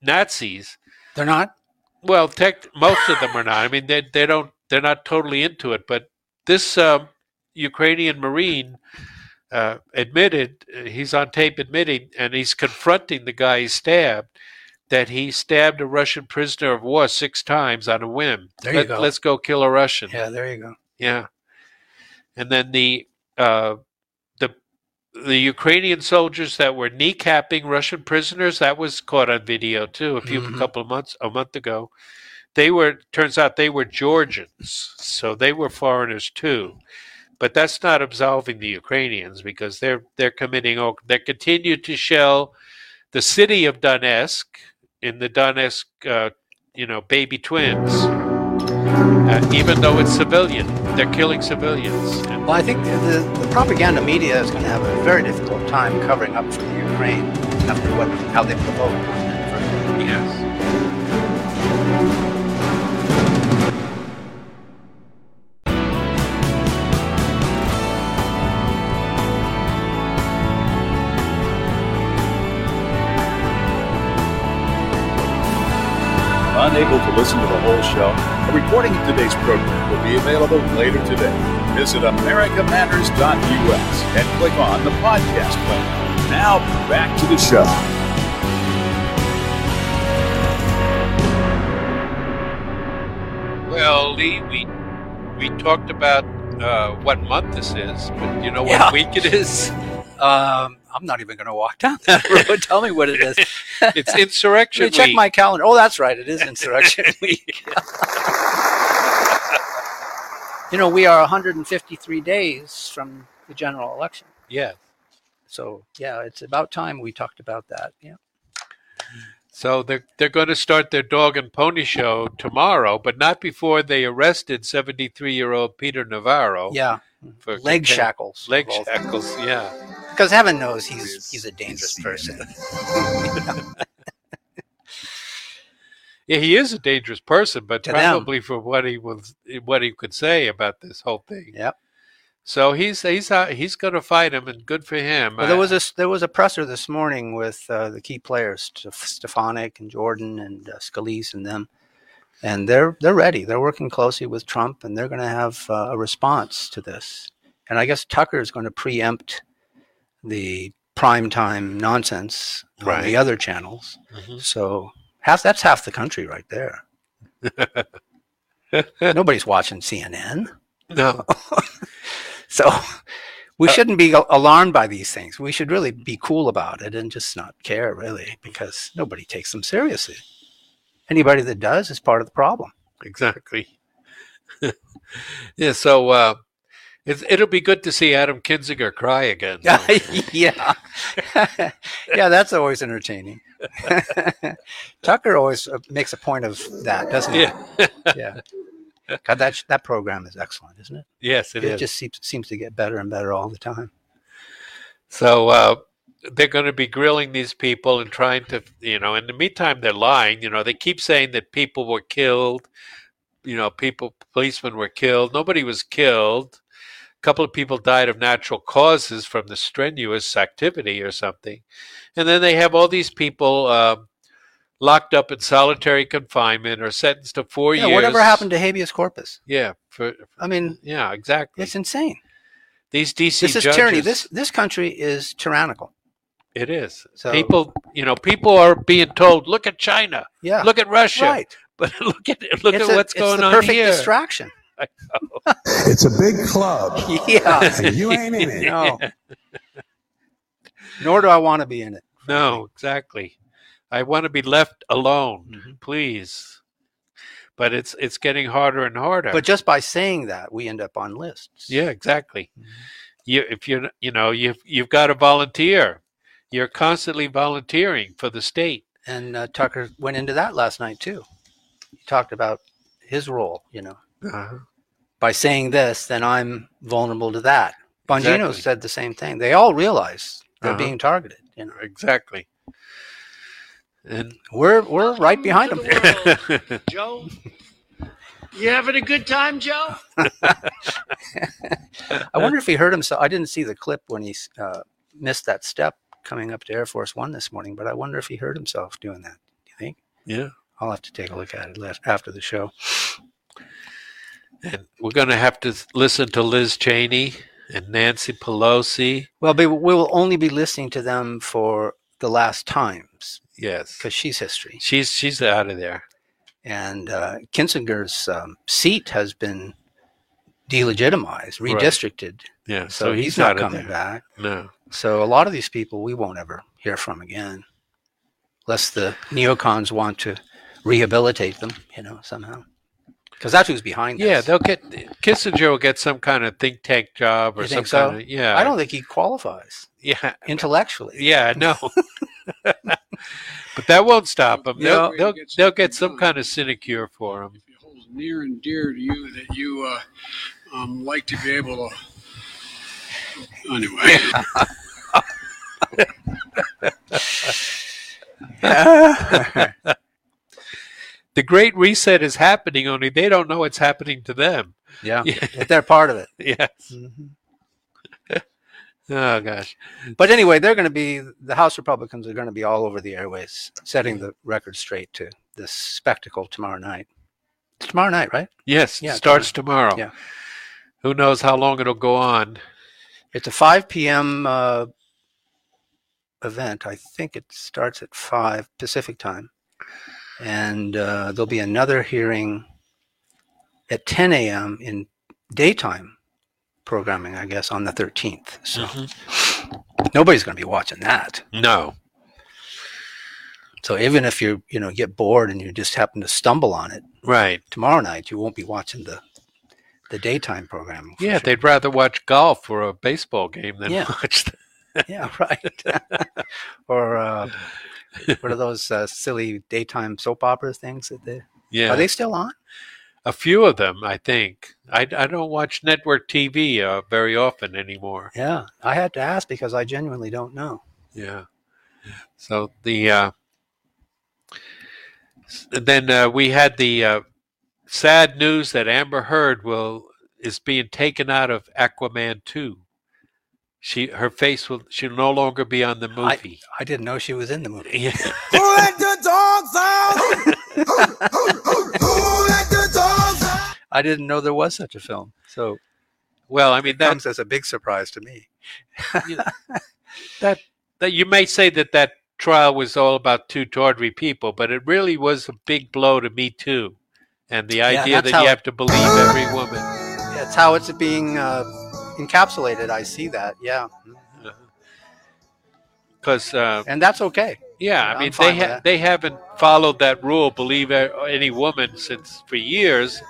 Speaker 6: Nazis.
Speaker 7: They're not.
Speaker 6: Well, tech, most of them are not. I mean, they they don't. They're not totally into it. But this um, Ukrainian Marine uh, admitted uh, he's on tape admitting, and he's confronting the guy he stabbed. That he stabbed a Russian prisoner of war six times on a whim.
Speaker 7: There you
Speaker 6: Let-
Speaker 7: go.
Speaker 6: Let's go kill a Russian.
Speaker 7: Yeah, there you go.
Speaker 6: Yeah, and then the uh, the the Ukrainian soldiers that were kneecapping Russian prisoners that was caught on video too a few a couple of months a month ago. They were turns out they were Georgians, so they were foreigners too. But that's not absolving the Ukrainians because they're they're committing all- they continue to shell the city of Donetsk in the Donetsk uh, you know baby twins uh, even though it's civilian. They're killing civilians. And
Speaker 7: Well, I think the, the propaganda media is going to have a very difficult time covering up for the Ukraine after what how they provoke.
Speaker 6: Yes.
Speaker 1: Unable to listen to the whole show, a recording of today's program will be available later today. Visit americamatters.us and click on the podcast link. Now, back to the show.
Speaker 6: Well, Lee, we we talked about uh, what month this is, but you know what
Speaker 7: Yeah.
Speaker 6: week it is.
Speaker 7: Um, I'm not even going to walk down that road. Tell me what it is.
Speaker 6: It's Insurrection
Speaker 7: Let me check
Speaker 6: Week.
Speaker 7: my calendar. Oh, that's right. It is Insurrection Week. you know, we are 153 days from the general election.
Speaker 6: Yeah.
Speaker 7: So, yeah, it's about time we talked about that. Yeah.
Speaker 6: So they're they're going to start their dog and pony show tomorrow, but not before they arrested 73 year old Peter Navarro.
Speaker 7: Yeah.
Speaker 6: for
Speaker 7: Leg
Speaker 6: contain-
Speaker 7: shackles,
Speaker 6: Oh, Leg
Speaker 7: of all things.
Speaker 6: shackles. Yeah.
Speaker 7: Because heaven knows he's he's a dangerous person.
Speaker 6: Yeah, he is a dangerous person, but
Speaker 7: To them.
Speaker 6: probably for what he was, what he could say about this whole thing.
Speaker 7: Yep.
Speaker 6: So he's he's out, he's going to fight him, and good for him.
Speaker 7: Well, there
Speaker 6: I-
Speaker 7: was a s- there was a presser this morning with uh, the key players, Stef- Stefanik and Jordan and uh, Scalise and them, and they're they're ready. They're working closely with Trump, and they're going to have uh, a response to this. And I guess Tucker is going to preempt the prime time nonsense on
Speaker 6: Right. Mm-hmm.
Speaker 7: the other channels. So half that's half the country right there. Nobody's watching CNN.
Speaker 6: No.
Speaker 7: So we
Speaker 6: Uh,
Speaker 7: shouldn't be al- alarmed by these things. We should really be cool about it and just not care, really, because nobody takes them seriously. Anybody that does is part of the problem.
Speaker 6: Exactly. yeah, so uh, it's, it'll be good to see Adam Kinzinger cry again.
Speaker 7: yeah. yeah, that's always entertaining. Tucker always uh, makes a point of that, doesn't he?
Speaker 6: Yeah.
Speaker 7: yeah. God, that, sh- that program is excellent, isn't it?
Speaker 6: Yes, it
Speaker 7: it
Speaker 6: is.
Speaker 7: just seems, seems to get better and better all the time.
Speaker 6: So uh, they're going to be grilling these people and trying to, you know, in the meantime, they're lying. You know, they keep saying that people were killed. You know, people, policemen were killed. Nobody was killed. A couple of people died of natural causes from the strenuous activity or something. And then they have all these people um locked up in solitary confinement or sentenced to four
Speaker 7: Yeah,
Speaker 6: years.
Speaker 7: whatever happened to habeas corpus?
Speaker 6: Yeah. For,
Speaker 7: I mean,
Speaker 6: yeah, exactly.
Speaker 7: it's insane.
Speaker 6: These DC
Speaker 7: This is
Speaker 6: judges,
Speaker 7: tyranny. This this country is tyrannical.
Speaker 6: It is.
Speaker 7: So-
Speaker 6: people, you know, people are being told, look at China.
Speaker 7: Yeah,
Speaker 6: Look at Russia.
Speaker 7: right.
Speaker 6: But look at look
Speaker 7: It's
Speaker 6: at
Speaker 7: a-
Speaker 6: what's
Speaker 7: it's
Speaker 6: going
Speaker 7: the
Speaker 6: on
Speaker 7: perfect
Speaker 6: here.
Speaker 7: distraction.
Speaker 6: I know.
Speaker 11: It's a big club.
Speaker 7: Yeah.
Speaker 11: And you ain't in it.
Speaker 7: No. Nor do I want to be in it.
Speaker 6: No, exactly. I want to be left alone, please. But it's it's getting harder and harder.
Speaker 7: But just by saying that, we end up on lists.
Speaker 6: yeah, exactly.
Speaker 7: Mm-hmm.
Speaker 6: You if you are you know you've you've got to volunteer. You're constantly volunteering for the state.
Speaker 7: And uh, Tucker went into that last night too. He talked about his role. You know, by saying this, then I'm vulnerable to that. Bongino
Speaker 6: Exactly.
Speaker 7: said the same thing. They all realize they're
Speaker 6: Uh-huh.
Speaker 7: being targeted. You know,
Speaker 6: Exactly. And
Speaker 7: we're we're right behind them.
Speaker 13: Joe, you having a good time, Joe?
Speaker 7: I wonder if he heard himself. I didn't see the clip when he uh, missed that step coming up to Air Force One this morning, but I wonder if he heard himself doing that. Do you think?
Speaker 6: Yeah.
Speaker 7: I'll have to take a look at it last, after the show.
Speaker 6: And we're going to have to listen to Liz Cheney and Nancy Pelosi.
Speaker 7: Well, we we will only be listening to them for the last times
Speaker 6: Yes,
Speaker 7: because she's history.
Speaker 6: she's she's out of there.
Speaker 7: and uh, Kinsinger's um, seat has been delegitimized,
Speaker 6: Right.
Speaker 7: redistricted.
Speaker 6: Yeah,
Speaker 7: so,
Speaker 6: so
Speaker 7: he's,
Speaker 6: he's
Speaker 7: not
Speaker 6: outta
Speaker 7: coming
Speaker 6: there.
Speaker 7: back.
Speaker 6: No.
Speaker 7: So a lot of these people we won't ever hear from again, unless the neocons want to rehabilitate them, you know, somehow. Because that's who's behind this.
Speaker 6: Yeah, they'll get Kissinger will get some kind of think tank job or
Speaker 7: You
Speaker 6: some
Speaker 7: think so?
Speaker 6: kind of yeah.
Speaker 7: I don't think he qualifies
Speaker 6: yeah
Speaker 7: intellectually.
Speaker 6: yeah no. but that won't stop them. They'll, they'll they'll get some kind of sinecure for him.
Speaker 14: near and dear to you that you uh, um, like to be able to. Anyway.
Speaker 6: the Great Reset is happening, only they don't know it's happening to them.
Speaker 7: Yeah, but they're part of it.
Speaker 6: Yes. Mm-hmm. oh gosh.
Speaker 7: But anyway, they're going to be the House Republicans are going to be all over the airways, setting the record straight to this spectacle tomorrow night. It's tomorrow night, right?
Speaker 6: Yes,
Speaker 7: Yeah,
Speaker 6: it starts tomorrow.
Speaker 7: Yeah.
Speaker 6: Who knows how long it'll go on?
Speaker 7: It's a 5 p.m. Uh, event. I think it starts at 5 Pacific time, and uh, there'll be another hearing at 10 a.m. in daytime programming, I guess, on the 13th. So
Speaker 6: Mm-hmm.
Speaker 7: nobody's going to be watching that.
Speaker 6: No.
Speaker 7: So even if you you know get bored and you just happen to stumble on it
Speaker 6: Right.
Speaker 7: tomorrow night, you won't be watching the the daytime program.
Speaker 6: Yeah, they'd rather watch golf or a baseball game than
Speaker 7: Yeah.
Speaker 6: watch. The,
Speaker 7: yeah, right. or uh, what are those uh, silly daytime soap opera things that they?
Speaker 6: yeah,
Speaker 7: Are they still on?
Speaker 6: a few of them, I think. I, I don't watch network TV uh, very often anymore.
Speaker 7: Yeah, I had to ask because I genuinely don't know.
Speaker 6: Yeah. So the uh, s- then uh, we had the uh, sad news that Amber Heard will is being taken out of Aquaman two. She her face will she'll no longer be on the movie.
Speaker 7: I didn't know she was in the movie.
Speaker 6: Yeah.
Speaker 9: Who let the dogs out? Who let the dogs out?
Speaker 7: I didn't know there was such a film. So
Speaker 6: Well, I mean
Speaker 7: that
Speaker 6: that
Speaker 7: comes as a big surprise to me.
Speaker 6: that that you may say that that trial was all about two tawdry people, but it really was a big blow to Me Too, and the idea
Speaker 7: that's
Speaker 6: that
Speaker 7: how-
Speaker 6: you have to believe every woman.
Speaker 7: That's how it's being uh, encapsulated. I see that. Yeah,
Speaker 6: Because uh,
Speaker 7: and that's okay.
Speaker 6: yeah,
Speaker 7: I'm
Speaker 6: I mean
Speaker 7: fine
Speaker 6: they
Speaker 7: with
Speaker 6: ha-
Speaker 7: that.
Speaker 6: they haven't followed that rule, believe a- any woman since for years.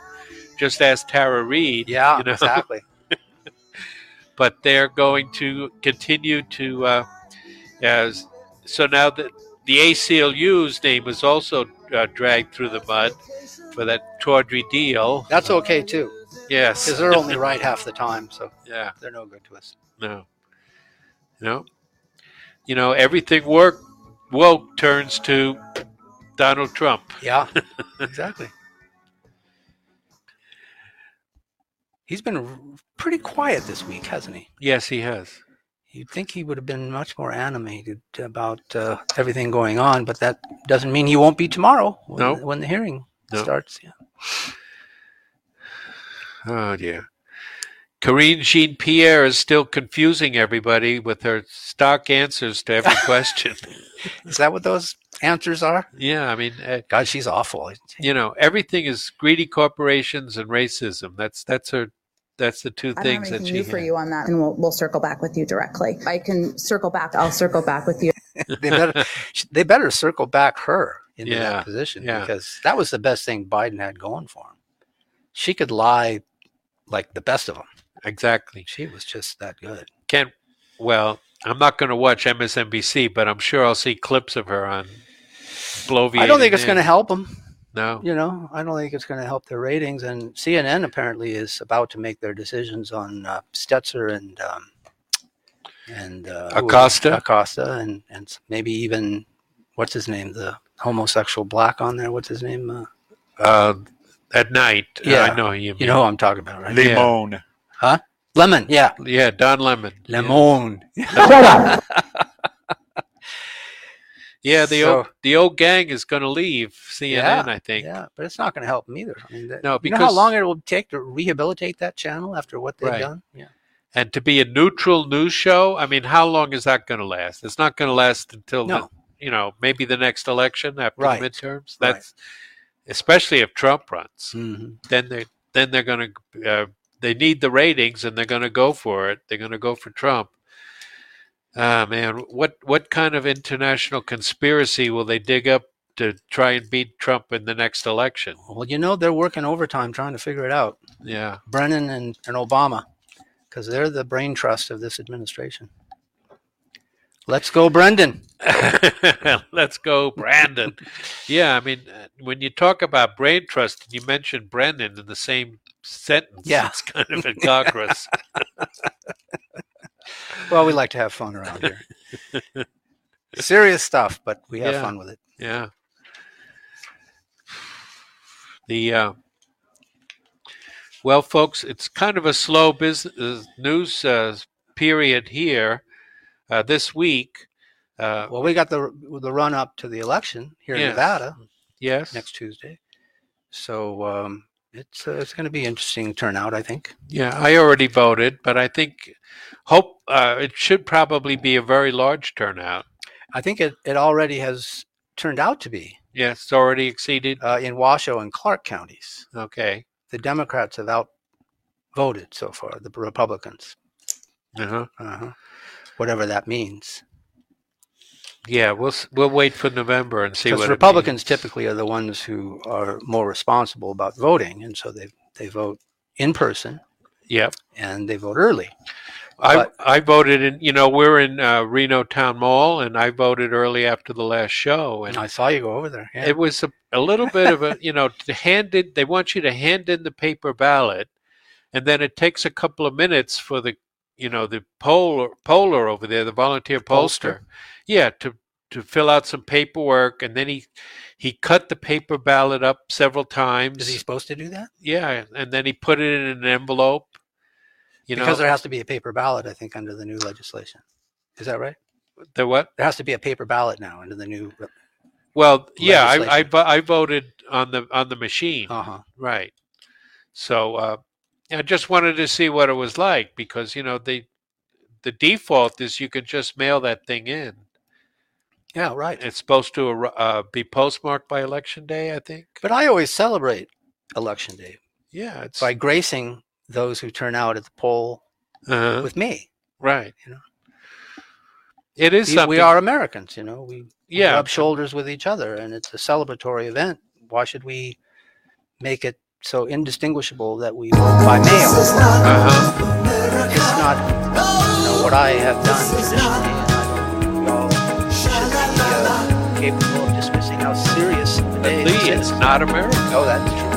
Speaker 6: Just ask Tara Reid.
Speaker 7: Yeah,
Speaker 6: you know?
Speaker 7: exactly.
Speaker 6: but they're going to continue to. Uh, as, so now that the ACLU's name was also uh, dragged through the mud for that tawdry deal.
Speaker 7: That's okay too.
Speaker 6: Yes,
Speaker 7: Because they're only right half the time, so
Speaker 6: yeah,
Speaker 7: they're no good to us.
Speaker 6: no, no. you know, everything work woke turns to Donald Trump.
Speaker 7: Yeah, exactly. He's been r- pretty quiet this week, hasn't he?
Speaker 6: Yes, he has.
Speaker 7: You'd think he would have been much more animated about uh, everything going on, but that doesn't mean he won't be tomorrow when,
Speaker 6: No.
Speaker 7: when the hearing
Speaker 6: No.
Speaker 7: starts. Yeah.
Speaker 6: Oh dear. Corinne Jean Pierre is still confusing everybody with her stock answers to every question.
Speaker 7: Is that what those answers are?
Speaker 6: yeah, I mean, uh,
Speaker 7: God, she's awful.
Speaker 6: you know, everything is greedy corporations and racism. That's that's her. That's the two
Speaker 15: I don't have
Speaker 6: things that
Speaker 15: anything
Speaker 6: she.
Speaker 15: new for
Speaker 6: had.
Speaker 15: you on that, and we'll, we'll circle back with you directly. I can circle back. I'll circle back with you.
Speaker 7: they better they better circle back her into
Speaker 6: Yeah,
Speaker 7: that position
Speaker 6: yeah.
Speaker 7: because that was the best thing Biden had going for him. She could lie like the best of them.
Speaker 6: Exactly.
Speaker 7: She was just that good.
Speaker 6: Can well, I'm not going to watch MSNBC, but I'm sure I'll see clips of her on Bloviating.
Speaker 7: I don't think it's going to
Speaker 6: to
Speaker 7: help them.
Speaker 6: No.
Speaker 7: You know, I don't think it's going to help their ratings. And CNN apparently is about to make their decisions on uh, Stetzer and um, and uh, who was it?
Speaker 6: Acosta?
Speaker 7: Acosta, and and maybe even what's his name, the homosexual black on there. What's his name? Uh,
Speaker 6: Uh, at night.
Speaker 7: Yeah,
Speaker 6: I know who you.
Speaker 7: you know who I'm talking about, right?
Speaker 6: Lemon.
Speaker 7: Huh? Lemon. Yeah.
Speaker 6: Yeah, Don Lemon.
Speaker 7: Lemon.
Speaker 6: Yeah, the
Speaker 7: So-
Speaker 6: old the old gang is going to leave CNN.
Speaker 7: Yeah,
Speaker 6: I think.
Speaker 7: Yeah, but it's not going to help them either. I mean, that,
Speaker 6: No,
Speaker 7: you know how
Speaker 6: because-
Speaker 7: long it will take to rehabilitate that channel after what they've
Speaker 6: Right.
Speaker 7: done. Yeah.
Speaker 6: And to be a neutral news show, I mean, how long is that going to last? It's not going to last until the,
Speaker 7: No.
Speaker 6: you know maybe the next election after
Speaker 7: Right.
Speaker 6: the midterms. That's especially if Trump runs.
Speaker 7: Mm-hmm.
Speaker 6: Then they then they're going to uh, they need the ratings and they're going to go for it. They're going to go for Trump. Ah man, what what kind of international conspiracy will they dig up to try and beat Trump in the next election?
Speaker 7: Well, you know they're working overtime trying to figure it out.
Speaker 6: Yeah.
Speaker 7: Brennan and, and Obama, because they're the brain trust of this administration. Let's go, Brendan.
Speaker 6: Let's go, Brandon. yeah, I mean, uh, when you talk about brain trust, you mention Brendan in the same sentence.
Speaker 7: Yeah.
Speaker 6: It's kind of incongruous.
Speaker 7: Well, we like to have fun around here. Serious stuff, but we have
Speaker 6: Yeah.
Speaker 7: fun with it.
Speaker 6: yeah. The uh, well, folks, it's kind of a slow business news uh, period here uh, this week. Uh,
Speaker 7: Well, we got the the run up to the election here in
Speaker 6: Yes.
Speaker 7: Nevada
Speaker 6: yes.
Speaker 7: next Tuesday, so um, it's uh, it's going to be interesting turnout, I think.
Speaker 6: Yeah, I already voted, but I think hope uh, it should probably be a very large turnout.
Speaker 7: I think it, it already has turned out to be
Speaker 6: Yes, it's already exceeded.
Speaker 7: uh, in Washoe and Clark counties.
Speaker 6: Okay.
Speaker 7: The Democrats have outvoted so far the Republicans,
Speaker 6: Uh-huh.
Speaker 7: uh-huh. whatever that means.
Speaker 6: Yeah, we'll s- we'll wait for November and see
Speaker 7: Because
Speaker 6: what it
Speaker 7: Republicans typically are the ones who are more responsible about voting, and so they they vote in person
Speaker 6: means. Yep.
Speaker 7: and they vote early.
Speaker 6: I
Speaker 7: But-
Speaker 6: I voted in. You know, we're in uh, Reno Town Mall, and I voted early after the last show, and
Speaker 7: I saw you go over there. Yeah.
Speaker 6: it was a, a little bit of a you know to hand in. They want you to hand in the paper ballot, and then it takes a couple of minutes for the you know the poll poller over there, the volunteer pollster,
Speaker 7: pollster.
Speaker 6: yeah, to to fill out some paperwork, and then he he cut the paper ballot up several times.
Speaker 7: Is he supposed to do that?
Speaker 6: Yeah, and then he put it in an envelope. You know
Speaker 7: because there has to be a paper ballot, I think, under the new legislation. Is that right?
Speaker 6: the what?
Speaker 7: There has to be a paper ballot now under the new.
Speaker 6: Well, yeah, I, I
Speaker 7: Legislation.
Speaker 6: vo- I voted on the on the machine,
Speaker 7: Uh huh.
Speaker 6: right? So uh, I just wanted to see what it was like because you know the the default is you can just mail that thing in.
Speaker 7: Yeah, right.
Speaker 6: It's supposed to arri- uh, be postmarked by election day, I think.
Speaker 7: But I always celebrate election day
Speaker 6: Yeah, it's
Speaker 7: by gracing those who turn out at the poll
Speaker 6: uh
Speaker 7: with me.
Speaker 6: right.
Speaker 7: you know.
Speaker 6: it is
Speaker 7: We-
Speaker 6: something.
Speaker 7: We are Americans, you know. We we
Speaker 6: Yeah.
Speaker 7: rub shoulders with each other, and it's a celebratory event. Why should we make it so indistinguishable that we vote by mail? It's
Speaker 6: Uh-huh.
Speaker 7: not you know, what I have done traditionally, and I don't- we all shouldn't be uh, capable of dismissing how serious the
Speaker 6: But
Speaker 7: day
Speaker 6: Lee
Speaker 7: is.
Speaker 6: is not American.
Speaker 7: No, that's true.